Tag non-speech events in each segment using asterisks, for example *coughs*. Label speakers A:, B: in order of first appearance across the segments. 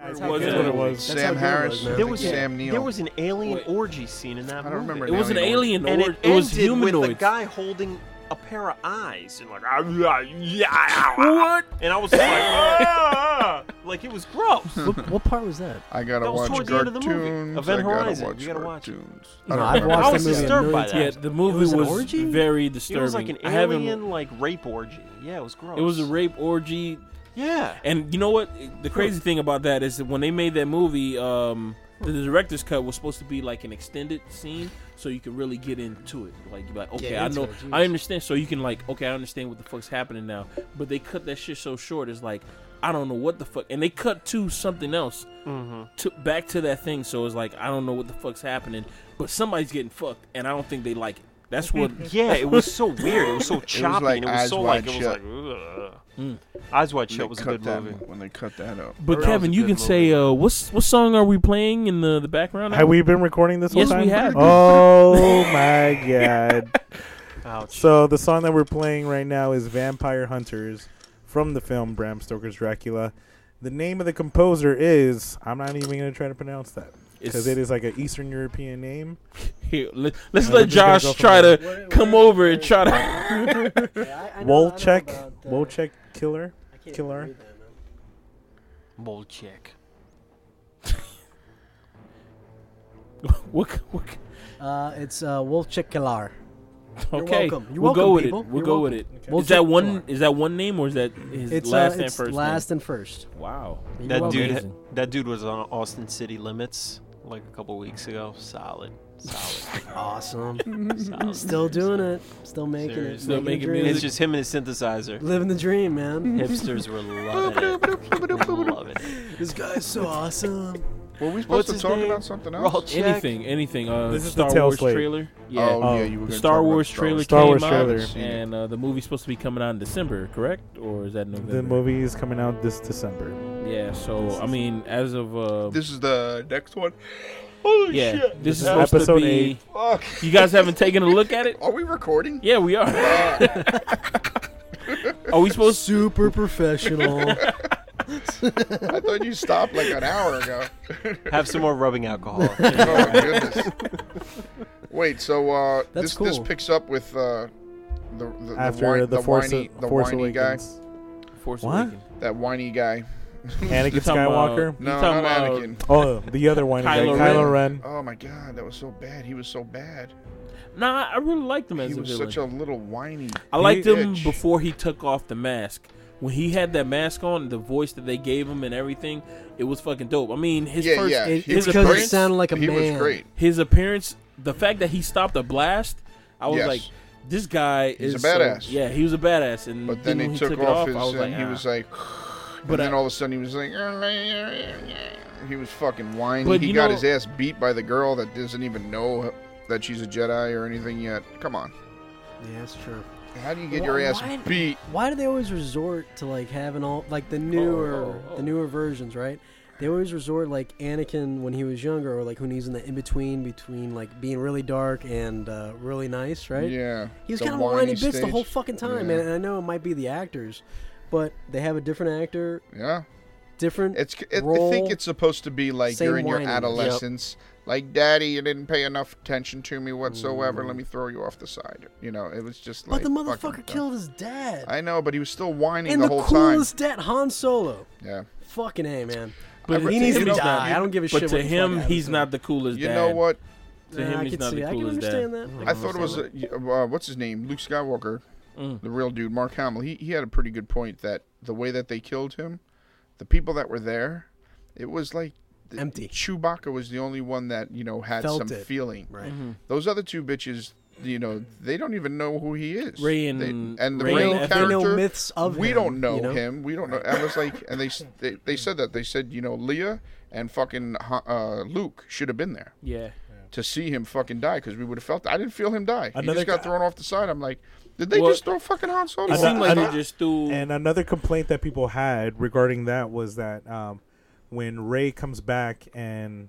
A: That's how
B: wasn't-
A: good
C: That's what it was.
A: That's how
D: Sam
A: good it
D: Harris.
A: man.
D: I
B: There
D: think
B: was
D: Sam Neill.
B: There was an alien
C: Wait.
B: orgy scene in that.
D: I don't
B: movie.
D: remember
C: It was an
D: Now he
C: alien
B: And
C: or
B: it
C: it was
B: ended with the
C: humanoids.
B: guy holding a pair of eyes and like "Ah, yeah, yeah,
C: What?
B: And I was just like, "Ah!" like it was gross.
C: Hmm.
A: *laughs* What, what part was that?
D: I gotta
B: That was
D: watch
B: towards
D: cartoons.
B: the end of the movie. Event
D: I gotta
B: Horizon.
D: watch
B: You gotta watch it.
D: cartoons.
A: No,
D: I don't
A: I've
D: remember.
A: watched
B: I was
A: the movie
B: disturbed
A: a
B: by that.
A: million times.
B: Yeah,
C: Yeah, the movie
A: It was
C: was,
A: an orgy?
C: very
B: It
C: disturbing.
B: was like an
C: I haven't-
B: alien like rape orgy. Yeah, it was gross.
C: It was a rape orgy,
B: yeah.
C: and you know what? The crazy thing about that is that when they made that movie, um, the director's cut was supposed to be like an extended scene, so you can really get into it. Like, you're like okay,
A: Get
C: I
A: into
C: know,
A: it, jeez.
C: I understand. So you can like, okay, I understand what the fuck's happening now. But they cut that shit so short. It's like I don't know what the fuck, and they cut to something else,
B: Mm-hmm.
C: to, back to that thing. So it's like I don't know what the fuck's happening, but somebody's getting fucked, and I don't think they like it. That's what.
B: *laughs* Yeah, it was so weird. It
D: *laughs*
B: was so choppy.
D: like
B: and it was
D: Eyes
B: so
D: Wide
B: like it was
D: Shut.
B: like Ugh.
C: Hmm.
B: Eyes Wide
D: They
B: Shut was a
D: cut
B: good
D: that
B: movie.
D: mo- When they cut that up.
C: *laughs* But
B: That was
C: Kevin,
B: a
C: you
B: good
C: can say uh, what's what song are we playing in the the background?
E: Have we been recording this whole
C: Yes, we
E: time?
C: have.
E: *laughs* Oh my god!
C: *laughs*
B: Ouch.
E: So the song that we're playing right now is "Vampire Hunters" from the film Bram Stoker's Dracula. The name of the composer is I'm not even gonna try to pronounce that
C: It's-
E: because it is like an Eastern European name.
C: Here, let, us
E: Uh,
C: let
E: we're just gonna
C: Josh
E: go from
C: try
E: there.
C: to come over and try *laughs* to.
A: Yeah, I- I know- I know
E: Wolchek,
A: about, uh,
E: Wolchek Killer.
A: I can't even
E: Killer.
A: read that, man.
B: Mold check.
C: what, what,
A: Uh, it's uh, Wolchek Killar.
C: okay,
A: welcome. You're
C: we'll go
A: welcome,
C: with
A: people.
C: it. We'll
A: You're
C: go
A: welcome.
C: with it. Is
A: We'll check
C: that one?
A: tomorrow.
C: Is that one name or is that his
A: It's
C: last
A: uh,
C: and
A: it's
C: first
A: last and first.
C: name? Wow.
A: You're
B: That
A: welcome.
B: dude.
C: Amazing.
B: That dude was on Austin City Limits like a couple weeks ago. Solid.
A: *laughs*
B: Solid.
A: Awesome.
B: solid.
A: Still doing it. Still making it.
B: Seriously.
C: Still
A: making,
C: making
A: the dream.
B: It's just him and his synthesizer.
A: Living the dream, man.
B: Hipsters were loving
C: *laughs*
B: it. loving it.
A: this guy's so awesome.
D: Were we
B: What's
D: supposed to
B: his
D: talk
B: name?
D: about something else?
B: Roll check.
C: Anything, anything. Uh,
E: This is the
C: Star
E: Tales
C: Wars
E: Slate.
C: trailer. Yeah.
D: Oh,
E: Oh.
D: yeah, you were
C: the
D: gonna
C: Star
D: talk about
C: Wars trailer
E: Star
C: came
E: Wars
C: out,
E: trailer.
C: and uh, the movie's supposed to be coming out in December, correct? Or is that November?
E: The movie is coming out this December.
C: Yeah. So I mean, as of uh,
D: This is the next one. Holy
C: yeah,
D: shit!
C: this is
E: Episode
C: supposed to be.
E: eight.
D: Fuck.
C: You guys haven't taken a look at it?
D: Are we recording?
C: Yeah, we are. are we supposed to?
A: Super professional.
D: *laughs*
A: *laughs*
D: I thought you stopped like an hour ago.
B: Have some more rubbing
C: *laughs*
B: alcohol.
D: oh my goodness. Wait, so uh,
A: That's
D: this this
A: cool.
D: picks up with uh, the the,
E: After
D: the, whiny,
E: the, Force,
D: whiny, the
E: Force
D: whiny guy,
C: *laughs*
E: Awakens,
C: Force
E: What?
C: Awakens.
D: that whiny guy.
E: Anakin
C: You're talking about-
E: Skywalker.
C: You
D: No,
C: talking
D: not
C: about-
D: Anakin.
E: *laughs* Oh, the other one,
C: Kylo
E: Kylo, Kylo Ren.
D: Oh my god, that was so bad. He was so bad.
C: Nah, I really liked him as
D: He
C: a
D: was
C: villain.
D: such a little whiny.
C: I liked
D: he-
C: him
D: bitch.
C: before he took off the mask. When he had that mask on, the voice that they gave him and everything, it was fucking dope. I mean, his
D: Yeah,
C: first,
D: yeah.
A: It-
D: he
A: it's
C: his
D: was
A: because
D: great.
A: it sounded like a
D: he
A: man.
D: was great.
C: his appearance, the fact that he stopped a blast, I was
D: Yes.
C: like, this guy
D: He's a
C: is so-
D: badass.
C: yeah, he was a badass. And
D: But then
C: when
D: he took
C: took it
D: off
C: off,
D: his,
C: I was like,
D: and he
C: "Ah."
A: *sighs*
D: was like,
C: But
D: and then
C: I-
D: all of a sudden he was like, "Ah, he was fucking whiny.
C: But
D: he
C: you
D: got
C: know-
D: his ass beat by the girl that doesn't even know that she's a Jedi or anything yet. Come on,
A: Yeah, that's true.
D: how do you get your
A: Why-
D: ass
A: why-
D: beat?
A: Why do they always resort to like having all like the newer
C: oh, oh.
A: the newer versions, right? They always resort like Anakin when he was younger, or like when he's in the in between between like being really dark and uh, really nice, right?
D: Yeah,
A: He was
D: the
A: kind of a whiny bitch the
D: stage.
A: whole fucking time,
D: Yeah.
A: man. And I know it might be the actors, but they have a different actor,
D: Yeah,
A: different.
D: it's. It, I
A: Roll.
D: think it's supposed to be like
A: Same
D: during your
A: whininess.
D: adolescence. Like, daddy, you didn't pay enough attention to me whatsoever. Let me throw you off the side. You know, it was just like.
A: but the
D: fucking
A: motherfucker
D: dumb.
A: killed his dad,
D: I know, but he was still whining
A: and
D: the
A: the,
D: whole
A: coolest dad, Han Solo.
D: time. Yeah.
A: Fucking a man.
C: But
A: he needs
C: you
A: to
C: know-
A: die. I don't give a shit.
C: But to
A: what the fuck
C: him,
A: happens
C: he's
A: to
C: not the coolest
D: You
C: dad.
D: know what?
C: To
A: Nah,
C: him,
A: I
C: he's
A: can
C: not
A: see.
C: the
A: I can
C: coolest
A: understand
C: dad.
A: that.
D: I thought it was a, uh, what's his name, Luke Skywalker,
C: Mm.
D: the real dude, Mark Hamill. He he had a pretty good point that the way that they killed him, the people that were there, it was like the-
A: Empty.
D: Chewbacca was the only one that you know had
A: Felt
D: some
A: it.
D: feeling. Mm-hmm.
A: Right. Mm-hmm.
D: Those other two bitches, you know, they don't even know who he is.
C: Rey and-
D: They- and the
C: Rey
D: real
C: and Ethel.
D: character.
A: They know myths of
D: we
A: him,
D: don't know,
A: you know?
D: him. We don't know. I was like, and they, s- they they said that they said you know Leia and fucking Han- uh, Luke should have been there
C: Yeah.
D: to see him fucking die because we would have felt. I didn't feel him die. he
E: Another
D: just got
E: guy-
D: thrown off the side. I'm like, did they
C: Well,
D: just throw fucking Han Solo?
C: It
D: off
E: thought-
C: seemed
D: the
C: like
E: I
C: they
D: side?
E: thought-
C: just threw.
E: And another complaint that people had regarding that was that um, when Ray comes back and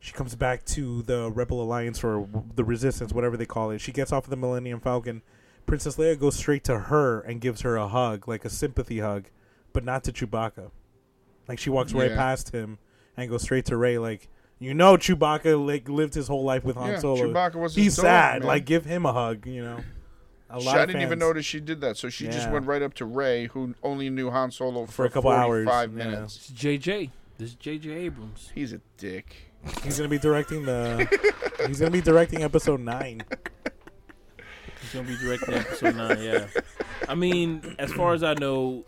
E: she comes back to the Rebel Alliance or w- the Resistance, whatever they call it, she gets off of the Millennium Falcon. Princess Leia goes straight to her and gives her a hug, like a sympathy hug, but not to Chewbacca. Like she walks right
D: Yeah.
E: past him and goes straight to Ray like, you know, Chewbacca like lived his whole life with Han
D: yeah,
E: Solo.
D: Chewbacca was
E: He's
D: his dog,
E: sad.
D: man.
E: Like, give him a hug. You know, a
D: She-
E: lot
D: I
E: of
D: didn't even
E: fans
D: notice she did that. So she just
E: Yeah.
D: went right up to Ray, who only knew Han Solo for,
E: for a couple hours.
D: Five
E: yeah.
D: minutes.
C: It's JJ. This is JJ Abrams.
D: He's a dick.
E: He's gonna be directing the. he's gonna be directing episode nine.
C: He's gonna be directing episode nine. Yeah. I mean, as far as I know,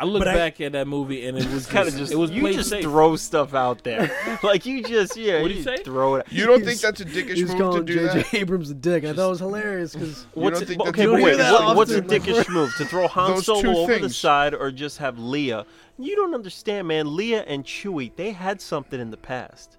C: I look
E: But I-
C: back at that movie and it was
B: Kind of
C: just-
B: just
C: it was
B: you
C: played
B: just
C: safe.
B: throw stuff out there,
C: *laughs*
B: like you just yeah,
C: What'd
B: you
C: he say?
B: throw it.
D: You don't think
A: He's-
D: that's a dickish
A: He's
D: move to
A: calling
D: do that?
A: J.J. Abrams a dick. I thought it was hilarious because
D: You
B: What's
D: don't
B: it,
D: think that's
B: okay,
D: a
B: but
A: good
B: wait,
A: idea?
B: what, what's a
A: Often, my *laughs*
B: dickish move to throw Han
D: Those two
B: Solo over the
D: things.
B: side or just have Leia? You don't understand, man. Leia and Chewie, they had something in the past,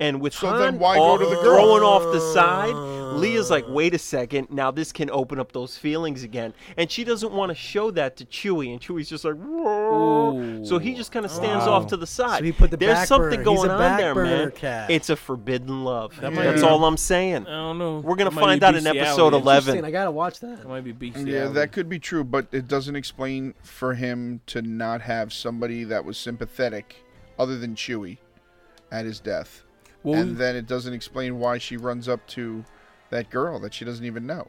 B: and with
D: So
B: Han
D: then why go
B: off-
D: to the girl?
B: throwing off the side, Leia's like, wait a second, now this can open up those feelings again, and she doesn't want to show that to Chewie, and Chewie's just like, Whoa. so he just kind of stands
E: Wow.
B: off to the side.
A: So he put the
B: There's
A: back
B: something
A: burner. He's
B: going
A: a
B: on
A: back
B: there,
A: burner
B: man.
A: cat.
B: It's a forbidden love.
C: That
D: might
B: That's
D: be-
B: all I'm saying.
C: I don't know.
B: We're gonna
C: It might
B: find
C: be
B: out in
C: bestiality.
B: episode 11.
A: Interesting. I gotta watch that.
C: It might be bestiality.
D: Yeah, that could be true, but it doesn't explain for him to not have somebody that was sympathetic other than Chewie at his death.
C: Well,
D: and then it doesn't explain why she runs up to that girl that she doesn't even know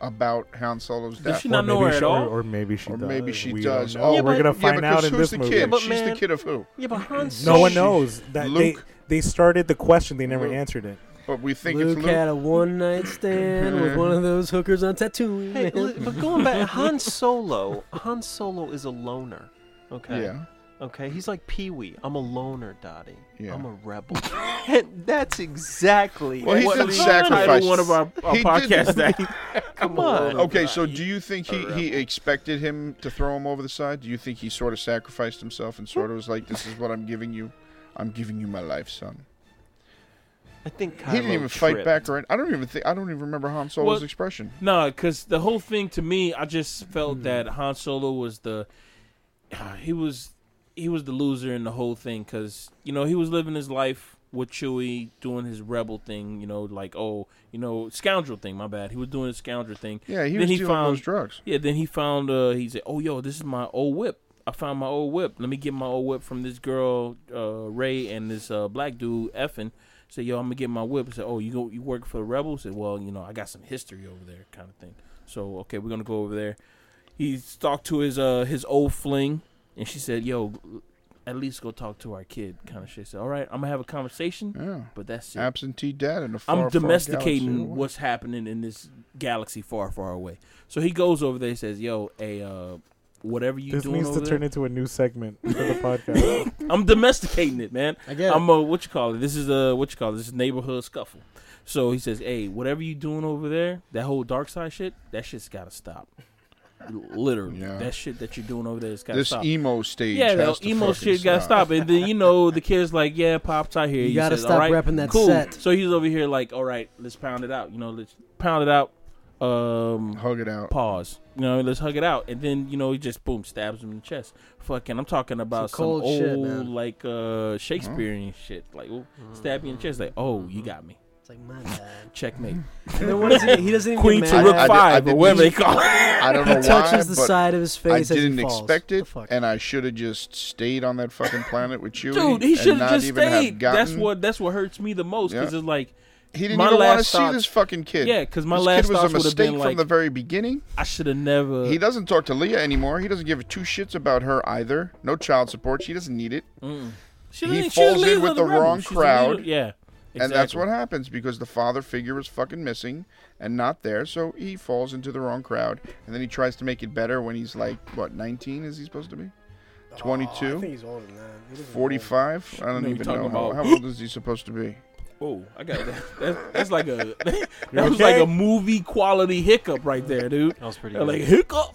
D: about Han Solo's
C: does
D: death.
C: she not know her
E: she,
C: at all?
E: Or, or maybe she
D: or
E: does.
D: maybe she
E: We
D: does.
E: don't know.
D: Oh,
E: we're gonna
D: yeah,
E: find
D: because
E: out in
D: who's
E: this
D: the
E: movie.
D: Kid?
B: but
D: She's
B: man-
D: the kid of who?
B: Yeah, but Han Solo.
E: No one
D: She-
E: knows that
D: Luke-
E: they they started the question. They never
D: Luke.
E: answered it.
D: But we think
A: Luke,
D: it's Luke.
A: had a one night stand with one of those hookers on Tatooine.
B: Hey,
A: man.
B: li- but going
D: *laughs*
B: back, Han Solo. Han Solo is a loner. Okay.
D: Yeah.
B: Okay. He's like Pee Wee. I'm a loner, Dottie.
D: Yeah.
B: I'm a
D: *laughs*
B: rebel. and that's exactly.
D: Well, he
B: what
D: did
B: Lee-
D: sacrifice.
C: Title one of our, our
D: He
C: podcasts.
D: did-
C: That
B: Come on.
D: Okay, so do you think he, he expected him to throw him over the side? Do you think he sort of sacrificed himself and sort of was like, "This is what I'm giving you. I'm giving you my life, son."
B: I think Kylo
D: he didn't even fight
B: tripped.
D: back or any- I don't even think I don't even remember Han Solo's
C: Well-
D: expression.
C: No, because the whole thing to me, I just felt that Han Solo was the uh, he was he was the loser in the whole thing because you know he was living his life with Chewie doing his rebel thing, you know, like oh you know scoundrel thing. My bad, he was doing his scoundrel thing.
D: Yeah, he
C: Then
D: was
C: he
D: dealing
C: found-
D: those drugs.
C: Yeah, then he found uh he said, "Oh yo, this is my old whip. I found my old whip. Let me get my old whip from this girl uh Ray and this uh black dude effing." Said, "Yo, I'm gonna get my whip." I said, "Oh, you go you work for the rebels?" Said, "Well, you know, I got some history over there, kind of thing." So okay, we're gonna go over there. He talked to his uh his old fling, and she said, "Yo, at least go talk to our kid," kind of shit. Said, "All right, I'm gonna have a conversation,
D: Yeah.
C: but that's it."
D: absentee dad in a far,
C: I'm
D: far galaxy.
C: domesticating what's happening in this galaxy far, far away. So he goes over there and says, "Yo, hey, uh, whatever you
E: This
C: doing
E: needs
C: over
E: to
C: there,
E: turn into a new segment for the podcast.
C: I'm domesticating it, man.
A: I get it.
C: I'm a what you call it. This is a what you call it. This is neighborhood scuffle. So he says, "Hey, whatever you doing over there, that whole dark side shit, that shit's got to stop. Literally,
D: Yeah.
C: that shit that you're doing over there has got to
D: This
C: stop."
D: emo stage.
C: yeah,
D: has
C: that
D: to
C: emo
D: fucking
C: shit got to stop. And then, you know, the kid's like, yeah, Pops, I hear you.
A: You gotta
C: Says,
A: stop
C: "All right,
A: repping that
C: cool.
A: set.
C: So he's over here like, all right, let's pound it out. You know, let's pound it out. Um,
D: Hug it out.
C: pause. You know, let's hug it out. And then, you know, he just boom stabs him in the chest. Fucking, I'm talking about
A: Some
C: some
A: cold
C: old
A: shit, man.
C: like uh Shakespearean shit. Like, oh, stab you in the chest. Like, oh,
D: Mm-hmm.
C: you got me.
A: It's like my bad.
C: Checkmate.
A: And then what does he? He doesn't even
C: Queen
A: get
C: to
A: mad
C: Rook
A: at him.
D: I did- I
C: Five
D: did-
C: or whatever they call it.
D: I don't know
A: He
D: why,
A: touches the
D: but
A: side of his face.
D: I
A: as he
D: didn't
A: falls.
D: expect
A: The
D: it,
A: fuck?
D: and I should have just stayed on that fucking planet with you.
C: Dude, he should
D: and
C: have
D: not
C: just
D: even have
C: stayed. That's
D: gotten-
C: what that's what hurts me the most because
D: Yeah.
C: it's like
D: He didn't
C: my
D: even want to
C: last
D: see
C: thoughts-
D: this fucking kid.
C: Yeah, 'cause my
D: This
C: last
D: kid was
C: thoughts
D: a
C: would've
D: mistake
C: been,
D: from
C: like-
D: the very beginning.
C: I should have never.
D: He doesn't talk to Leah anymore. He doesn't give two shits about her either. No child support. She doesn't need it.
C: She
D: He
C: doesn't- she's
D: falls in
C: leader
D: with
C: of
D: the
C: rebels.
D: wrong
C: She's the
D: crowd,
C: leader- Yeah,
D: And that's
C: exactly.
D: what happens because the father figure is fucking missing and not there, so he falls into the wrong crowd. And then he tries to make it better when he's like, what, 19 is he supposed to be? 22?
A: Oh, he's older than that. He doesn't
D: 45? I don't
C: No, you're
D: even know.
C: talking
D: How,
C: about-
D: how old is he supposed to be?
C: Whoa, I got that. *laughs* That's, that's like a *laughs* that
E: You
C: was like
E: okay?
C: a movie quality hiccup right there, dude.
B: That was pretty
C: Like
B: good.
C: hiccup,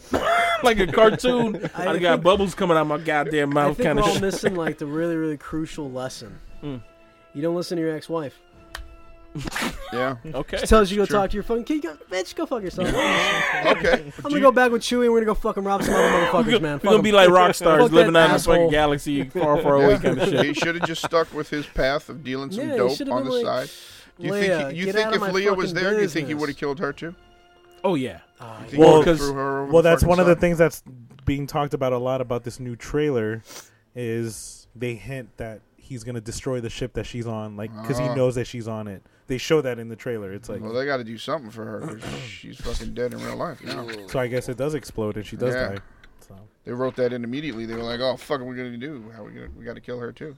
C: *laughs* like a cartoon. I,
A: I
C: got
A: think-
C: bubbles coming out my goddamn
A: know. I
C: mouth,
A: think
C: kind
A: we're
C: of
A: all
C: shit.
A: missing like the really, really crucial lesson.
C: Mm.
A: You don't listen to your ex-wife.
C: *laughs*
D: Yeah.
C: Okay,
A: She tells you to go
D: Sure.
A: talk to your fucking kid. You go, bitch, go fuck yourself. I'm
D: *laughs* Okay.
A: gonna go back with Chewie. and We're gonna go fucking rob
C: *laughs*
A: some other
C: we're
A: motherfuckers, man. Fuck
C: gonna
A: 'em.
C: be like rock stars
A: Fuck that
C: living out in a
A: asshole.
C: fucking galaxy far, far away,
D: Yeah.
C: kind of
D: *laughs* He
C: shit.
D: should have just stuck with his path of dealing some
A: Yeah, he
D: dope
A: should've
D: on the
A: been like,
D: side. Do you think,
A: "Leia,
D: he, you
A: get
D: think
A: out of
D: if
A: my
D: Leah was
A: fucking
D: there, do you think he
A: business."
D: would have killed her too?
C: Oh yeah,
A: Ah, yeah.
D: You think he
E: Well,
D: would've
C: 'cause-
D: threw her over
E: well,
D: the
E: that's
D: fucking
E: one of the
D: side?
E: things that's being talked about a lot about this new trailer is they hint that he's gonna destroy the ship that she's on, like because he
D: Ah.
E: knows that she's on it. They show that in the trailer. It's like
D: Well, they got to do something for her. 'cause she's fucking dead in real life now.
E: so. I guess it does explode and she does
D: Yeah.
E: die. So.
D: They wrote that in immediately. They were like, "Oh fuck, what are we gonna do? How we gonna? We got to kill her too."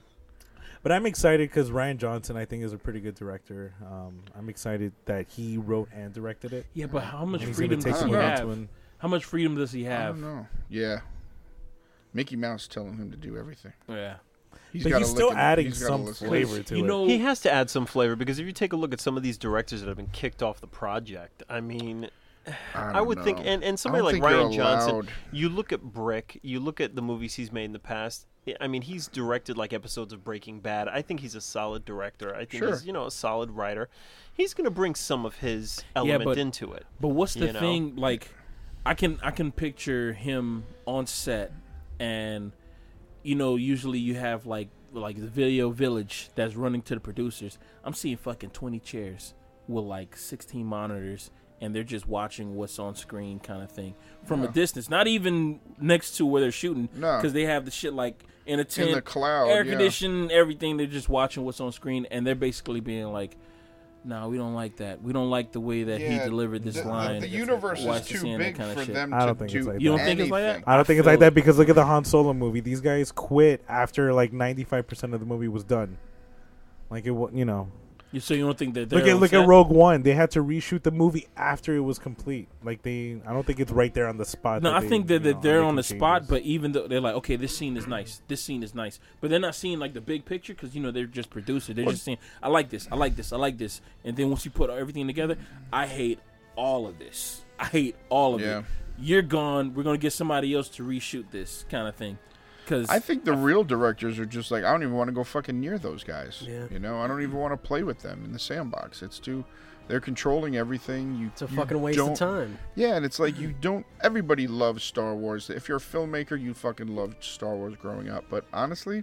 E: But I'm excited because Ryan Johnson, I think, is a pretty good director. Um, I'm excited that he wrote and directed it.
C: Yeah, but how much
E: And he's gonna
C: freedom
E: take
C: does he
E: someone else
C: have?
E: when-
C: How much freedom does he
D: I
C: have?
D: don't know. Yeah, Mickey Mouse telling him to do everything.
C: Yeah.
D: He's
E: but
D: gotta
E: he's still
D: lick it.
E: adding
D: He's gotta
E: some
D: lick it.
E: flavor to
C: You
E: it.
C: know,
B: He has to add some flavor because if you take a look at some of these directors that have been kicked off the project, I mean,
D: I,
B: I would think, and, and somebody like Ryan Johnson, you look at Brick, you look at the movies he's made in the past. I- I mean, he's directed like episodes of Breaking Bad. I think he's a solid director. I think
D: Sure.
B: he's, you know, a solid writer. He's going to bring some of his element
C: but-
B: into it.
C: But what's the
B: you know?
C: thing? Like, I can I can picture him on set, and you know, usually you have like like the video village that's running to the producers. I'm seeing fucking twenty chairs with like sixteen monitors, and they're just watching what's on screen, kind of thing, from a distance. Not even next to where they're shooting,
D: No.
C: because they have the shit like in a tent,
D: cloud,
C: air
D: yeah.
C: conditioning, everything. They're just watching what's on screen, and they're basically being like. No, we don't like that. We don't like the way that he delivered this
D: the,
C: line.
D: The, universe
C: Why
D: is
C: he
D: too
C: saying that
D: big
C: kinda
D: for
C: shit?
D: them
E: I
D: to
E: don't think it's
D: do.
E: like that.
C: You don't think it's like that?
D: anything.
E: I don't think it's
C: feel
E: like that
C: it.
E: because look at the Han Solo movie. These guys quit after like 95% of the movie was done. Like it, wa- you know.
C: You- So you don't think that they're
E: Look at
C: on
E: look
C: set?
E: at Rogue One. They had to reshoot the movie after it was complete. Like they, I don't think it's right there on the spot.
C: No, I
E: they,
C: think
E: you
C: that, that
E: know,
C: they're
E: making
C: on the spot,
E: changes.
C: but even though they're like, okay, this scene is nice, this scene is nice, but they're not seeing like the big picture because you know they're just producer. They're just saying, I like this, I like this, I like this, and then once you put everything together, I hate all of this. I hate all of
D: Yeah.
C: it. You're gone. We're gonna get somebody else to reshoot this kind of thing. Because
D: I think the real directors are just like, I don't even want to go fucking near those guys.
A: Yeah.
D: You know, I don't even want to play with them in the sandbox. It's too. They're controlling everything. You,
A: It's a
D: you
A: fucking waste of
D: don't-
A: time.
D: Yeah, and it's like you don't. Everybody loves Star Wars. If you're a filmmaker, you fucking loved Star Wars growing up. But honestly,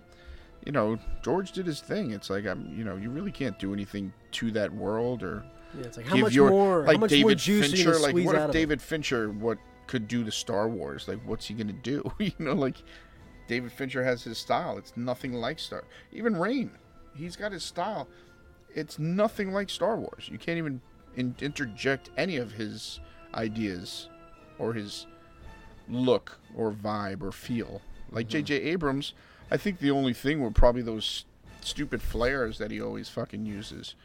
D: you know, George did his thing. It's like I'm. You know, you really can't do anything to that world or
A: Yeah, it's like how
D: give
A: much
D: your
A: more,
D: like
A: how much
D: David
A: more juice
D: Fincher.
A: are you gonna
D: like
A: squeeze
D: what
A: out
D: if
A: of it?
D: David Fincher what could do to Star Wars? Like what's he gonna do? *laughs* you know, like David Fincher has his style. It's nothing like Star. Even Rain, he's got his style. It's nothing like Star Wars. You can't even in- interject any of his ideas or his look or vibe or feel.
A: Mm-hmm.
D: Like J.J. Abrams, I think the only thing were probably those stupid flares that he always fucking uses.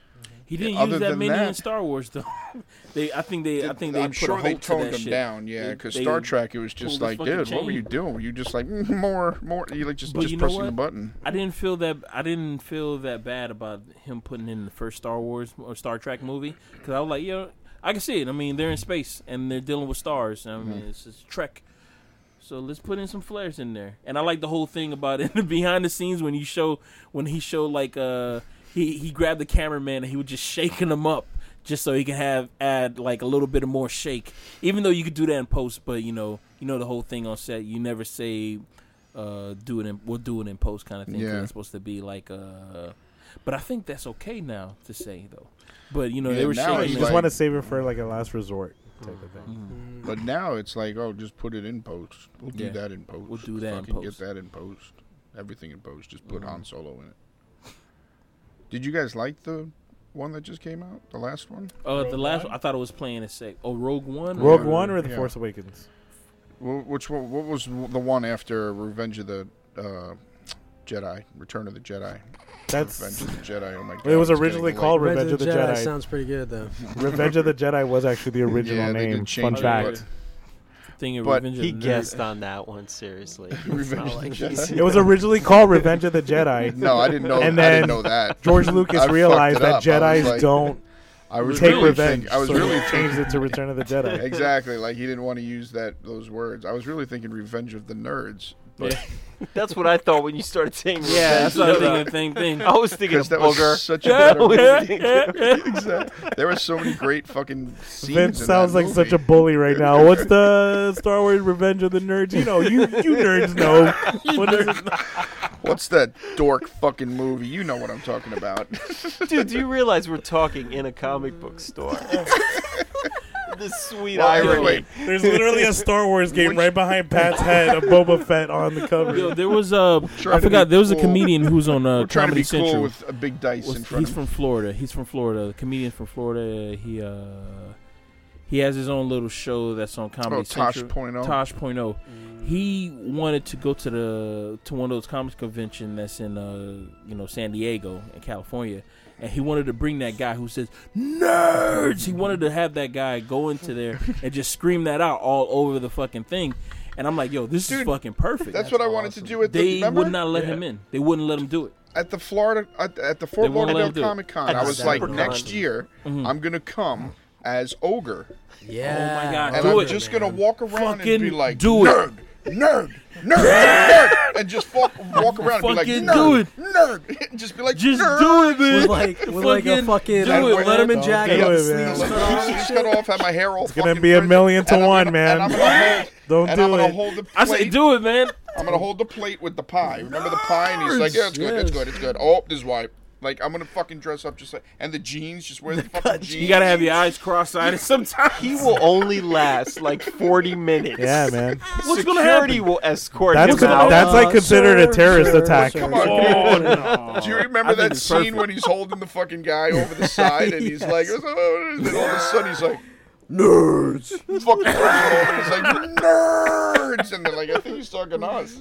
C: he didn't
D: other
C: use that
D: than
C: many in
D: that-
C: Star Wars though. *laughs* they, I think they, I think they
D: am
C: put
D: sure
C: a
D: they
C: hold to
D: toned
C: that
D: them
C: shit.
D: down, yeah.
C: They-
D: Because
C: they-
D: Star Trek, it was just
C: pulled the
D: like,
C: fucking
D: dude, what were
C: chain.
D: you doing? Were you just like "Mm, more, more? You like just,
C: But
D: just
C: you know
D: pressing the
C: what?
D: button?
C: I didn't feel that I didn't feel that bad about him putting in the first Star Wars or Star Trek movie because I was like, yo, I can see it. I mean, they're in space and they're dealing with stars. I
D: Mm-hmm.
C: mean, it's just Trek. So let's put in some flares in there. And I like the whole thing about in the *laughs* behind the scenes when you show when he showed like uh he he grabbed the cameraman and he was just shaking him up just so he can have add like a little bit of more shake. Even though you could do that in post, but you know you know the whole thing on set. You never say uh do it in we'll do it in post kind of thing. 'cause
D: Yeah.
C: It's supposed to be like uh. But I think that's okay now to say though. But you know they
D: Yeah,
C: were
D: now
E: You
C: shaking.
D: it's
C: him.
E: just
D: like-
E: want to save it for like a last resort type of thing.
C: Mm-hmm.
D: But now it's like, oh, just put it in post. We'll do
C: Yeah.
D: that in post.
C: We'll do that in
D: Fucking
C: post. Mm.
D: Get that in post. Everything in post. Just put Han Solo in it. Did you guys like the one that just came out? The last one?
C: Uh, the last I thought it was playing it safe. Oh, Rogue One.
E: Rogue
C: or-
E: One or The
D: Yeah.
E: Force Awakens?
D: Wh- Which one, what was the one after Revenge of the uh, Jedi? Return of the Jedi. Revenge
E: That's
D: of the Jedi. Oh my god.
E: it was
D: it's getting
E: originally
D: late.
E: called
A: Revenge,
E: Revenge of the Jedi.
A: sounds pretty good though.
E: Revenge of the Jedi was actually the
D: *laughs*
E: original
D: Yeah, they did
E: name. Fun
D: change it,
E: fact.
D: but-
C: thing of
D: But
C: Revenge of
B: He
C: the Nerds.
B: guessed on that one,
D: *laughs*
B: seriously. It's not
D: Revenge of
B: like
D: the
B: he's-
E: It was originally called Revenge of the
D: *laughs*
E: Jedi.
D: No, I didn't know.
E: And
D: I
E: then
D: didn't know that.
E: George
D: I
E: Lucas
D: fucked it
E: realized that
D: up. I was
E: Jedi's
D: like-
E: don't
D: I was
E: take
D: really
E: revenge.
D: think- I was
E: so
D: really
E: he
D: thinking
E: changed it to Return of the
D: *laughs*
E: Jedi.
D: exactly like he didn't want to use that those words. I was really thinking Revenge of the Nerds, but
C: Yeah.
B: *laughs* That's what I thought when you started saying.
C: *laughs* Yeah, that's what I'm
B: Revenge of
C: thinking. the Same thing.
D: *laughs* Oh,
B: the- I was thinking of
D: because that was *laughs*
B: Booger.
D: such a
C: *laughs*
D: better
B: was
D: movie. Exactly. There were so many great fucking scenes. in
E: Vince
D: that
E: sounds like such a
D: movie. *laughs*
E: bully right now. What's the Star Wars Revenge of the Nerds? You know, you you nerds know.
D: *laughs*
E: What is it?
D: What's that dork fucking movie? You know what I'm talking
E: *laughs*
D: about. *laughs* *laughs*
B: Dude, do you realize we're talking in a comic book store? this sweet
D: Well,
B: irony.
D: anyway,
E: *laughs* There's literally a Star Wars game right behind Pat's head of Boba Fett on the cover.
C: Yo, there was uh,
D: Trying
C: I
D: to
C: forgot
D: be
C: there was a
D: cool.
C: comedian who's on uh,
D: We're trying to
C: Comedy
D: be
C: Central.
D: cool with a big dice
C: Was-
D: in front
C: he's
D: of
C: from Florida. He's from Florida. The comedian from Florida. He uh, he has his own little show that's on Comedy
D: Oh, Tosh
C: Central.
D: Point oh.
C: Tosh Point oh. He wanted to go to the to one of those comics convention that's in uh you know San Diego in California, and he wanted to bring that guy who says nerds. He wanted to have that guy go into
D: *laughs*
C: there and just scream that out all over the fucking thing. And I'm like, yo, this is
D: Dude,
C: fucking perfect.
D: That's, what I wanted to do at the
C: they
D: remember?
C: would not let him in. They wouldn't let him do it.
D: at the Florida at, at the Fort
C: They won't let
D: Lauderdale
C: him do it. Mm-hmm.
D: Comic Con.
B: At
D: I
B: the
D: was like,
B: Supercon.
D: next year I'm gonna come as ogre,
A: Yeah.
C: Oh my God,
D: and
C: Do
D: I'm
C: it,
D: just
A: man.
D: gonna walk around
C: Fucking
D: and be like,
C: do it.
D: nerd, nerd, nerd, nerd, and just walk
C: *laughs*
D: walk around and be
C: Fucking
D: like, nerd,
C: do
D: nerd, *laughs* and just be like,
C: Just
D: nerd.
C: do it, man.
A: With like, with like a
C: Fucking
A: fucking
C: do
A: uh,
D: it, man.
A: Letterman jacket.
E: Do
A: with
E: it,
A: the
E: man.
A: sleeves
D: Like,
A: cut off and
D: *laughs* just
A: shit.
D: cut off, have my hair all. It's
E: gonna be a million to one, man.
D: And I'm gonna hold,
E: Don't
D: and
E: do
D: I'm gonna
E: it.
D: Hold the
C: I say,
D: plate.
C: do it, man.
D: I'm gonna hold the plate with the pie. Remember the pie? And he's like, yeah, it's good, it's good, it's good. Oh, this is why. Like I'm gonna fucking dress up just like and the jeans, just wear the fucking jeans.
C: You gotta have your eyes cross-eyed sometimes.
B: He will only last like 40 minutes.
E: Yeah, man.
C: What's gonna
B: Security
C: happen?
B: will escort
E: That's
B: him out.
E: that's like
A: Uh,
E: considered a
A: sir,
E: terrorist
A: sir,
E: attack.
A: sir,
D: Come on.
A: sir.
D: Oh,
C: no.
D: Do you remember
C: I think
D: that
C: it's
D: scene
C: perfect.
D: when he's holding the fucking guy
C: *laughs*
D: over the side and he's like, "Oh," and then all of a sudden he's like,
A: Nerds.
D: fucking nerds. He's like, nerds. And they're like, I think he's talking to us.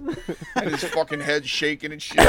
D: And his fucking head shaking and shit.
E: Dude,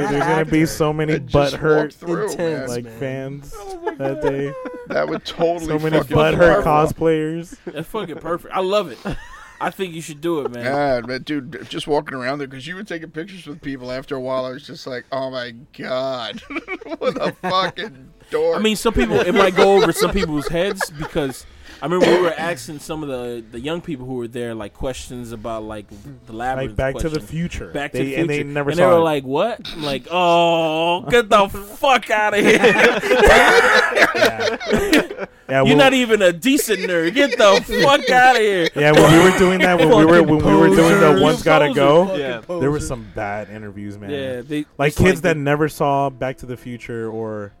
E: there's gonna be so many
D: It just
E: butt
D: walked
E: hurt
D: through, man.
A: Intense.
E: like
A: man.
E: fans
B: Oh
E: that day.
D: That would totally
E: So many
D: fucking
E: butt
D: work.
E: hurt cosplayers.
C: That's fucking perfect. I love it.
D: *laughs*
C: I think you should do it, man.
D: God, but dude, just walking around there because you were taking pictures with people. After a while, I was just like, "Oh my god, *laughs*
A: *laughs*
D: what a fucking door!"
C: I mean, some people it might go over some people's heads because I remember we were asking some of the the young people who were there like questions about like the labyrinth.
E: Like Back to the
C: question.
E: Future.
C: Back
E: They-
C: to the future.
E: and they never
C: and
E: saw
C: they were
E: it.
C: like, "What?" I'm like, "Oh, get the fuck out of
E: *laughs*
C: here! *laughs*
E: yeah,
C: You're
E: well-
C: not even a decent nerd. Get the fuck out of here!"
E: Yeah,
C: *laughs*
E: when we were doing that, when we were when we were doing the
A: posers.
E: one's gotta go,
B: Yeah.
E: there were some bad interviews, man.
C: Yeah, they
E: Like
C: it's
E: kids that
C: the-
E: never saw Back to the Future or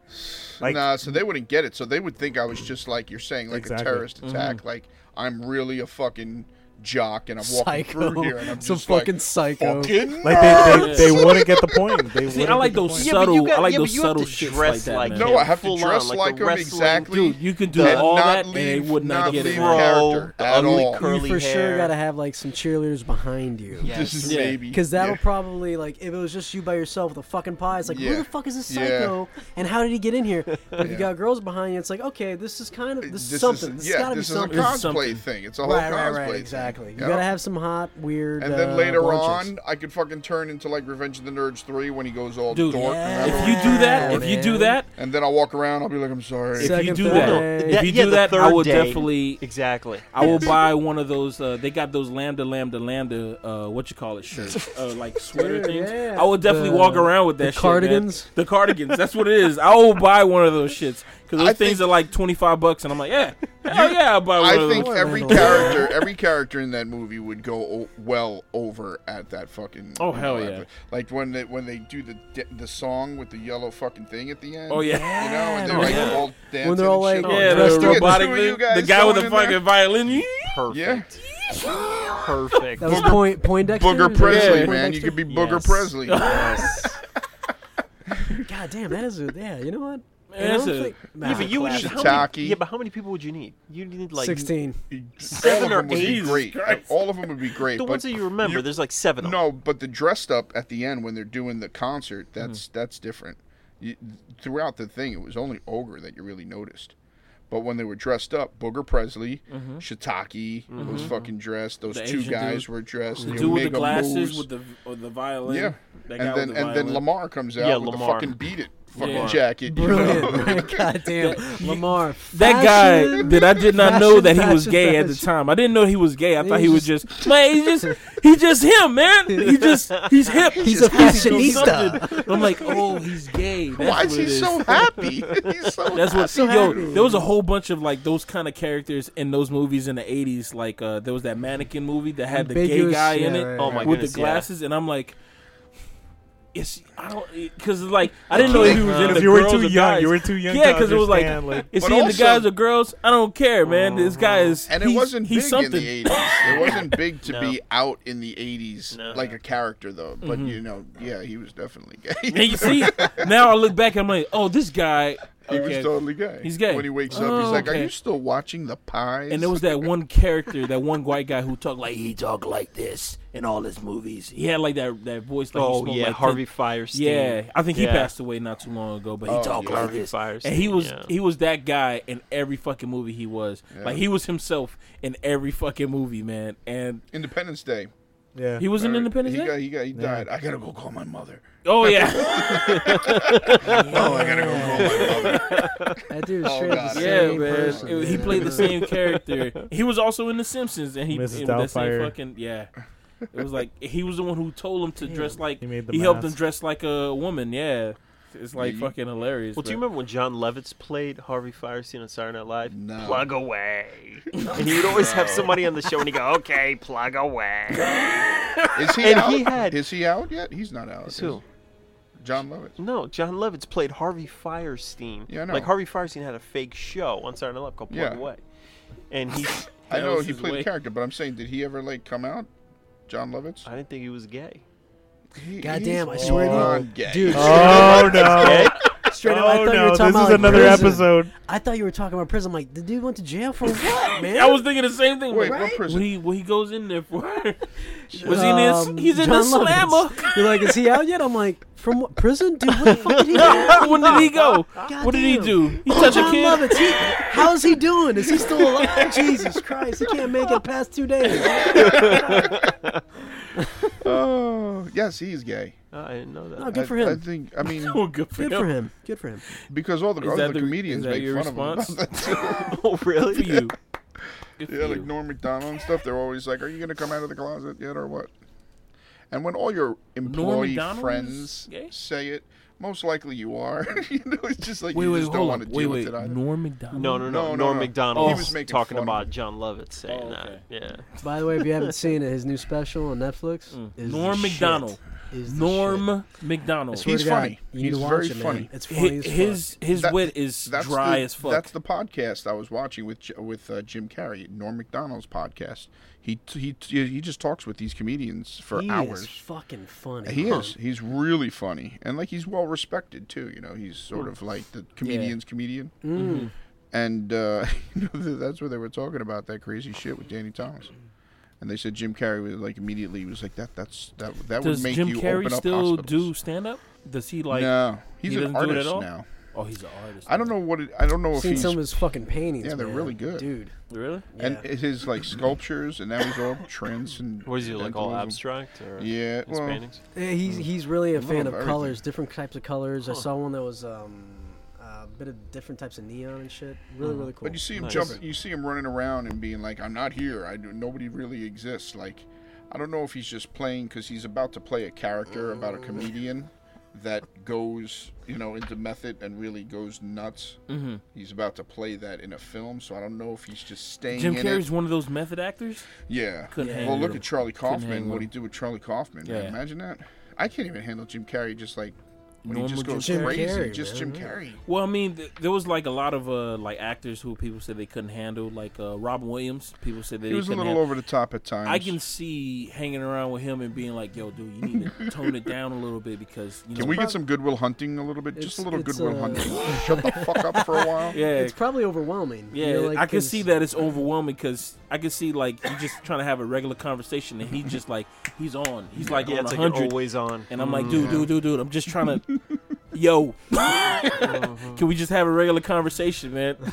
E: like
D: nah, so they wouldn't get it. So they would think I was just like you're saying, like
E: Exactly.
D: a terrorist
C: Mm-hmm.
D: attack. Like I'm really a fucking jock, and I'm walking
A: Psycho.
D: through here, and I'm
A: Some
D: just like,
A: fucking psycho.
D: fucking
E: like they they, they wouldn't get the point. They
C: See, I like those
B: Yeah, but
C: subtle.
B: you got,
C: I like
B: yeah,
C: those
B: but you
C: subtle
B: have to
C: shit
B: dress
C: like that.
B: like
C: man.
D: No,
B: him
D: I have to
B: full
D: dress
B: on,
D: like
B: the
D: him
B: wrestling
D: exactly.
B: dude.
C: Dude, you could do
D: And
C: all
D: not
C: that, and they
D: leave-
C: would not,
D: not
C: get it.
D: leave
C: man.
D: character
B: Bro, the
D: at
B: ugly
D: all.
A: You
B: curly
A: for
B: hair.
A: sure gotta have like some cheerleaders behind you.
B: Yes.
D: This is
C: Yeah.
D: maybe
A: Because that'll
D: yeah.
A: probably like if it was just you by yourself with a fucking pie, it's like who
D: Yeah.
A: the fuck is this
D: Yeah.
A: psycho and how did he get in here? But if you
D: Yeah.
A: got girls behind you, it's like okay, this is kind of this, is
D: This
A: something.
D: Is,
A: this has
D: yeah,
A: gotta
D: this
A: be
D: is a
A: something.
C: This
D: cosplay
C: is something.
D: thing. It's a whole
A: right,
D: cosplay
A: right, right,
D: thing.
A: exactly. You
D: Yep.
A: gotta have some hot, weird.
D: And then
A: uh,
D: later
A: blondes.
D: on, I could fucking turn into like Revenge of the Nerds three when he goes all
C: Dude,
D: dork.
A: yeah.
D: remember?
C: If you do that,
A: Yeah,
C: if you do
A: man.
C: that,
D: And then I'll walk around. I'll be like, I'm sorry.
C: if you
A: Second
C: do
A: third
C: that,
A: day.
C: if you
B: yeah,
C: do
B: the
C: that, I
B: third
C: will
B: day.
C: definitely,
B: Exactly.
C: I
A: *laughs*
C: will buy one of those. Uh, they got those lambda, lambda, lambda. Uh, what you call it?
D: *laughs*
C: Shirts, uh, like sweater
A: Yeah,
C: things.
A: yeah.
C: I will definitely
A: The-
C: walk around with that.
A: the
C: shit, man.
A: cardigans?
C: the cardigans. That's what it is. I will buy one of those shits because those
D: I
C: things
D: think-
C: are like twenty five bucks, and I'm like,
D: *laughs*
C: yeah, hell yeah, I'll buy one
D: I
C: of
D: think
C: those.
D: every
A: Orlando.
D: character, every character in that movie would go o- well over at that fucking.
C: Oh, hell
D: at
C: yeah.
D: the- Like when they when they do the de- the song with the yellow fucking thing at the end.
C: Oh yeah.
D: You know, and they're
A: Yeah,
D: like
C: man.
D: all dancing.
A: they're all
D: and shit.
A: like,
C: Yeah,
A: Oh,
C: the
A: just to get
C: robotic
D: two of you
C: thing. The
D: guys
C: guy with
D: going
C: the
D: in there.
C: fucking violin. *laughs*
B: Perfect. Perfect.
A: that was
D: Booger-
A: point point Dexter.
D: *laughs* Booger
A: Is that what it
D: Presley,
A: was, Point
D: man, you
A: Dexter?
D: could be Booger
C: Yes. *laughs*
D: Presley. *laughs*
A: God damn, that is a yeah. You know what?
C: Man,
A: And I
C: that's
A: don't
C: a-
A: think-
B: Yeah, but you would need
A: classic.
B: how
D: Shiitake.
B: many, Yeah, but how many people would you need? You need like
A: sixteen.
D: all of
B: Seven or
D: them would be
B: eight.
D: great.
C: Christ.
D: All of them would be great.
B: The
D: but
B: ones that you remember,
D: you-
B: there's like seven of them.
D: No, but the dressed up at the end when they're doing the concert,
C: Mm-hmm.
D: that's that's different. You, throughout the thing, it was only Ogre that you really noticed. But when they were dressed up, Booger Presley, Shiitake was fucking dressed. Those
C: Mm-hmm. The
D: two
C: Asian
D: guys
C: dude.
D: were dressed.
C: The
D: The
C: dude with the
D: Omega
C: glasses
D: Moves.
C: with the or the violin.
D: yeah,
C: That guy with
D: and then
C: the
D: and then
C: violin.
D: Lamar comes out
B: Yeah,
D: with
B: Lamar.
D: the fucking beat it fucking
C: Yeah.
D: jacket. *laughs* you know?
A: Brilliant. right? God damn, *laughs* Lamar.
C: That guy
A: fashion.
C: that I did not
A: Fashion,
C: know that he was
A: fashion,
C: gay at the
A: fashion.
C: time. I didn't know he was gay. I thought he
A: He's
C: was just man. He's just he just him, man. He just he's hip.
A: He's a fashionista.
D: *laughs*
C: something. I'm like, oh, he's gay. That's
D: *laughs* Why is
C: what
D: he
C: it
D: so happy? *laughs* He's so
C: That's what.
A: so
C: yo,
A: happy.
C: there was a whole bunch of like those kind of characters in those movies in the '80s. Like uh, there was that mannequin movie that had the gay
A: Ambiguous,
C: guy in
A: yeah,
C: it
A: right,
B: Oh my
C: with
B: goodness,
C: the
B: yeah.
C: glasses, and I'm like, It's I don't because like I didn't know if he was in the
E: you were
C: girls
E: too
C: or
E: young,
C: guys.
E: you were too young.
C: Yeah,
E: because
C: it was like,
E: like
C: is
D: But
C: he in the
D: also-
C: guys or girls? I don't care, man. This guy is
D: And it
C: he's-
D: wasn't
C: he's
D: big in
C: something.
D: the 80s. It wasn't big to
B: No.
D: be out in the 80s
B: No.
D: like a character, though. But, you know, yeah, he was definitely
C: And
D: gay.
C: you see, now I look back, I'm like, oh, this guy.
D: *laughs* he was
C: okay.
D: totally gay.
C: He's gay.
D: When he wakes up,
C: Oh,
D: he's like,
C: okay.
D: Are you still watching The Pies?
C: And there was that one character, that one white guy who talked like he talked like this in all his movies. He had like that that voice. Like he
B: oh
C: spoke
B: yeah,
C: like
B: Harvey Firestein.
C: Yeah, I think he
B: Yeah.
C: passed away not too long ago, but he
D: Oh,
C: talked
D: yeah.
C: like this.
B: Firestein,
C: And he was
B: yeah.
C: he was that guy in every fucking movie he was. Like he was himself in every fucking movie, man. And
D: Independence Day.
E: yeah.
C: he was in Independence
D: he
C: Day.
D: got, he got, he died. I gotta go call my mother.
C: oh
D: *laughs*
C: yeah,
D: Oh, I gotta go call my mother.
A: That dude is
D: Oh,
A: straight up
D: God.
A: the
C: yeah,
A: same
C: man.
A: person.
C: It- he played the
D: *laughs*
C: same character. He was also in The Simpsons, and he
E: Mrs.
C: it was that same
E: Doubtfire.
C: fucking yeah. It was like he was the one who told him to dress like
E: He made the
C: he helped him
E: mask.
C: dress like a woman. Yeah, it's like
D: Yeah, you-
C: fucking hilarious.
B: Well, do you
C: man.
B: remember when John Levitz played Harvey Firestein on Saturday Night Live?
D: No.
B: Plug away. and he would always have somebody on the show, and he would go, "Okay, plug away."
D: Is he
B: And
D: out?
B: he had-
D: Is he out yet? He's not out.
B: It's
D: is
B: who?
D: he? John Lovett.
B: No, John Levitz played Harvey Firestein.
D: Yeah, I know.
B: Like Harvey Firestein had a fake show on Saturday Night Live called Plug
D: Yeah.
B: Away, and he.
D: I
C: That
D: know
C: was
D: he
C: his
D: played
C: way.
D: a character, but I'm saying, did he ever like come out? John Lovitz.
B: I didn't think he was gay.
D: He-
A: Goddamn, I
D: he's
A: swear to
D: blonde
A: you,
D: gay.
A: dude.
C: *laughs*
E: Oh no!
A: Straight up, I
E: Oh
A: thought you were talking
E: no! This
A: about
E: is
A: like,
E: another
A: prison.
E: episode.
A: I thought you were talking about prison. I'm like, the dude went to jail
D: *laughs*
A: for what, man?
C: I was thinking the same thing.
D: Wait,
C: like,
D: what prison?
C: What he what he goes in there for?
A: *laughs*
C: Was he in this?
A: Um,
C: He's in
A: John
C: the slammer.
A: Lovitz. You're like, is he out yet? I'm like, from what, prison, dude? What the fuck did he
C: *laughs*
A: do?
C: when did he go? what did he do? He touched a
A: Oh, John
C: kid. *laughs*
A: Lovitz, he, how's he doing? Is he still alive? Jesus Christ, he can't make it past two days.
D: *laughs* Oh, yes, he's gay.
B: Oh, I didn't know that.
A: No, good
D: I-
A: for
D: I
A: him.
D: think. I mean,
C: *laughs* Oh, good for
A: Good
C: him.
A: for him. Good for him.
D: because all the, all
C: that
D: the
C: the-
D: comedians
C: is that
D: make
C: your
D: fun
C: response?
D: of him. *laughs* About
B: *laughs* Oh, really?
C: Good for you. Good
D: that.
C: for
D: yeah, like
C: you.
D: Norm Macdonald and stuff. They're always like, "Are you gonna come out of the closet yet, or what?" And when all your employee
C: Macdonald is
D: friends
C: gay?
D: say it, most likely you are. *laughs* you know, it's just like
C: Wait,
D: you
C: wait,
D: just don't
C: hold
D: want to
C: on.
D: deal
C: Wait,
D: with
C: wait.
D: it. Either.
C: Norm McDonald.
B: No, no, no.
D: No, no,
B: Norm
D: no. Oh.
B: McDonald
D: He
B: was,
D: was making
B: talking
D: fun of
B: about
D: him.
B: John Lovitz saying
C: Oh, okay.
B: that. Yeah.
A: By the way, if you haven't seen it, his new special on Netflix is the
C: Mm. Norm
A: shit.
C: McDonald.
A: Is the shit.
C: Norm
A: I
C: McDonald.
A: swear
D: He's
A: to God,
D: funny.
A: You need
D: He's
A: to watch
D: very
A: it, man.
D: funny.
A: It's funny
C: Hi-
A: as fuck.
C: His his
D: That-
C: wit is
D: That's
C: dry
D: the,
C: as fuck.
D: That's the podcast I was watching with J- with uh, Jim Carrey, Norm Macdonald's podcast. He t- he t- he just talks with these comedians for
A: he
D: hours.
A: is fucking funny.
D: He
A: huh?
D: is. He's really funny, and like he's well respected too. You know, he's sort
B: Hmm.
D: of like the comedian's comedian.
C: Mm-hmm.
D: *laughs* And uh, *laughs* you know, that's what they were talking about that crazy shit with Danny Thomas. And they said Jim Carrey was like immediately was like that. That's that. That
C: Does
D: would make
C: Jim
D: you
C: Carrey
D: open up
C: still do
D: hospitals.
C: stand up? Does he like?
D: no, he's
C: he
D: an
C: doesn't do it at
D: artist
C: all?
D: now.
C: Oh, he's an artist.
D: I don't know what. It, I don't know if
A: Seen
D: he's
A: some of his fucking paintings.
D: Yeah, they're
A: man.
D: really good.
A: dude.
C: Really?
A: Yeah.
D: and his like sculptures, and now he's
C: *coughs*
D: all trends and.
B: What is he like all
D: dentalism.
B: abstract or
D: Yeah,
B: his
D: well,
B: paintings?
A: Uh, He's he's really a
D: Mm. love
A: fan of
D: everything.
A: colors, different types of colors. I saw one that was um, a bit of different types of neon and shit. Really, really cool.
D: But you see him
B: Nice.
D: jumping, you see him running around and being like, "I'm not here. I do, nobody really exists." Like, I don't know if he's just playing because he's about to play a character about a comedian that goes, you know, into method and really goes nuts. Mm-hmm. He's about to play that in a film, so I don't know if he's just staying
C: Jim
D: in
C: Carrey's
D: it.
C: one of those method actors.
D: Yeah.
C: couldn't hang
D: Well,
C: with
D: look
C: him.
D: at Charlie
C: hang
D: Kaufman.
C: with
D: What he
C: him.
D: did with Charlie Kaufman? man.
C: Yeah.
D: Imagine that. I can't even handle Jim Carrey. Just like when
C: Normal
D: he just
C: Jim
D: goes
A: Carrey.
D: crazy.
A: Jim Carrey,
D: just
A: man,
D: Jim
A: yeah.
D: Carrey.
C: Well, I mean, th- there was like a lot of uh, like actors who people said they couldn't handle, like uh, Robin Williams. People said that
D: He was a
C: couldn't
D: little
C: handle.
D: over the top at times.
C: I can see hanging around with him and being like, "Yo, dude, you need to tone it down a little bit because you know."
D: Can we get some Goodwill Hunting a little bit? Just a
A: It's-
D: little
A: it's,
D: Goodwill
A: uh,
D: Hunting.
C: *laughs*
D: Shut the fuck up for a while.
C: yeah,
A: it's probably overwhelming.
C: yeah.
A: you know, like,
C: I can
A: 'cause-
C: see that it's overwhelming because I can see like you just trying to have a regular conversation and
D: *laughs*
C: he just like he's on. He's like
B: Yeah,
C: on
B: it's like you're
C: hundred,
B: always on.
C: and I'm like,
D: Mm,
C: dude, dude, dude, dude. I'm just trying
D: *laughs*
C: to. Yo,
D: Uh-huh.
C: *laughs* can we just have a regular conversation, man?
B: *laughs*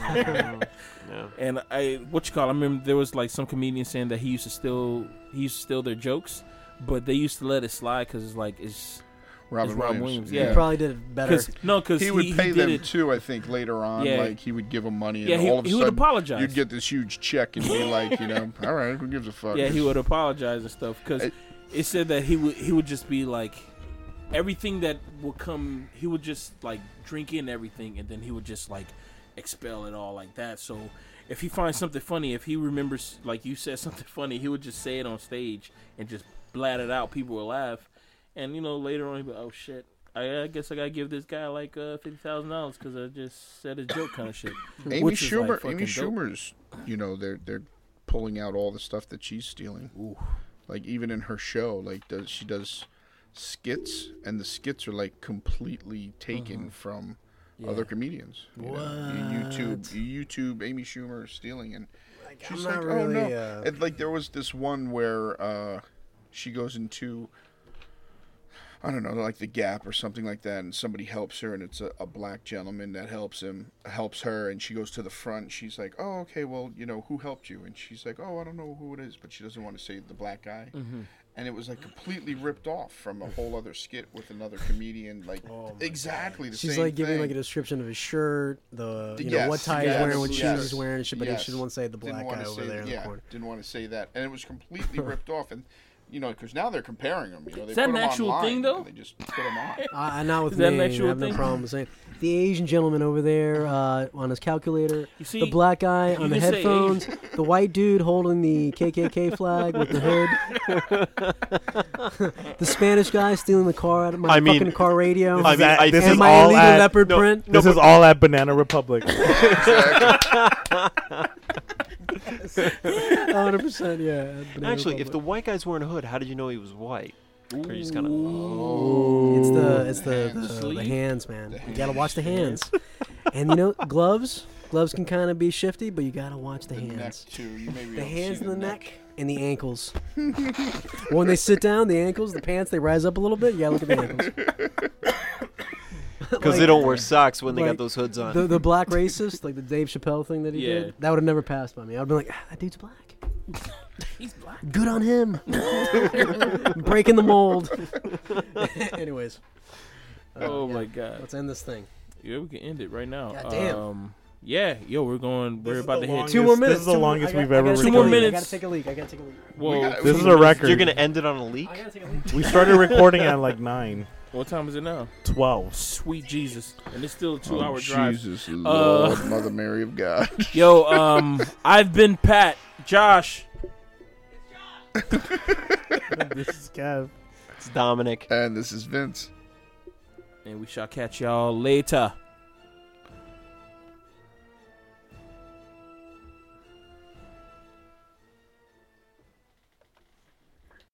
B: Yeah.
C: And I, what you call? I remember there was like some comedian saying that he used to steal, he used to steal their jokes, but they used to let it slide because it's like it's
D: Robin
C: It's Robin
D: Williams.
C: Williams,
A: He
C: yeah.
A: probably did better.
C: because no, because
D: He would pay
C: did
D: them
C: it.
D: too, I think, later on.
C: Yeah.
D: Like he would give them money, and
C: Yeah, he-
D: all of a
C: he would
D: sudden
C: apologize.
D: you'd get this huge check and be like,
C: *laughs*
D: you know, all right, who gives a fuck?
C: Yeah, he
D: *laughs*
C: would apologize and stuff because
D: It-
C: it said that he would he would just be like everything that would come. He would just like drink in everything, and then he would just like expel it all like that. So if he finds something funny, if he remembers *laughs* like you said something funny, he would just say it on stage and just blat it out. People would laugh. And you know, later on, he'd be, oh shit. I, I guess I gotta give this guy like uh, fifty thousand dollars because I just said a joke kind of shit.
D: Amy
C: Which is, like,
D: Schumer.
C: fucking
D: Amy
C: dope.
D: Schumer's. You know, they're they're pulling out all the stuff that she's stealing. Like even in her show, like does she does skits, and the skits are like completely taken
C: Uh-huh.
D: from other comedians. You know, you YouTube, you YouTube Amy Schumer stealing, and
A: I'm
D: she's like,
A: not
D: oh
A: really,
D: no,
A: uh,
D: and like there was this one where uh, she goes into. I don't know, like the Gap or something like that, and somebody helps her, and it's a, a black gentleman that helps him, helps her, and she goes to the front. And she's like, "Oh, okay, well, you know, who helped you?" And she's like, "Oh, I don't know who it is," but she doesn't want to say the black guy,
A: Mm-hmm.
D: and it was like completely ripped off from a whole other skit with another comedian, like exactly the
A: Oh She's
D: same
A: like giving
D: thing.
A: like a description of his shirt, the you know
D: Yes,
A: what tie he's
D: yes,
A: wearing, what
D: yes,
A: shoes he's wearing, and shit. But
D: yes.
A: he shouldn't want to say the
D: Didn't
A: black
D: wanna
A: guy over
D: say-
A: there in
D: yeah,
A: the corner.
D: Didn't want to say that, and it
A: *laughs*
D: was completely ripped off, and. You know, because now they're comparing them. You know, they
C: that
D: put
C: an
D: 'em
C: actual
D: online,
C: thing,
D: and
C: though?
D: They just put them on.
A: Uh, not with
C: Is that an
A: me. I
C: actual
A: have no
C: thing?
A: problem with saying the Asian gentleman over there uh, on his calculator,
C: You see,
A: the black guy on the
C: can say
A: headphones, the white dude holding the KKK flag with the hood, *laughs* the Spanish guy stealing the car out of my
B: I mean-
A: fucking car radio,
B: I mean,
E: at-
B: I
E: this
B: think-
A: and
E: is
A: my
E: all
A: illegal
E: at-
A: leopard
B: No,
A: print.
E: this is all at
B: *laughs*
E: Banana Republic.
A: *laughs* hundred percent. Yeah. Banana
B: Actually, if the
A: Republic.
B: white guy's wearing a hood, how did you know he was white? Or you just kind of.
A: it's the it's the
D: Hands.
A: the, the
C: Sleeve?
A: hands, man. You gotta watch the hands, and you know gloves. Gloves can kind of be shifty, but you gotta watch the,
D: *laughs* the neck
A: hands.
D: too. You maybe
A: The
D: don't see
A: hands and the neck. and the ankles. *laughs* when they sit down, the ankles, the pants, they rise up a little bit. You gotta look at the ankles.
E: *laughs*
B: Because
A: Like,
B: they don't wear socks when they
A: like,
B: got those hoods on.
A: The, the black racist, like the Dave Chappelle thing that he
C: Yeah.
A: did, that would have never passed by me. I'd have been like, ah, that dude's black.
C: *laughs* He's black.
A: Good on him. *laughs* Breaking the
E: *laughs*
A: mold. Anyways,
C: Oh my god.
A: let's end this thing.
C: Yeah, we can end it right now.
A: God damn.
C: Um, yeah, yo, we're going. We're
E: is
C: about to
E: the
C: hit
E: longest-
A: Two more
E: This- this
A: minutes.
E: is the
A: two more-
E: longest
A: I got-
E: we've
A: I
E: ever
A: gotta take
C: Two more
A: a leak, I
C: minutes.
A: gotta take a leak. I gotta take a leak.
C: Whoa,
D: got-
E: this is a record.
B: You're going to end it on a leak?
A: I gotta take a leak.
E: we started recording at like 9,
C: what time is it now?
E: 12.
C: Sweet Jesus, and it's still a
D: Oh,
C: two-hour drive. Uh,
D: Jesus,
C: *laughs*
D: Lord, Mother Mary
A: *laughs*
D: of God.
C: Yo, um, *laughs* I've been Pat, Josh.
E: this is Kev.
B: It's Dominic.
D: and this is Vince.
C: and we shall catch y'all later.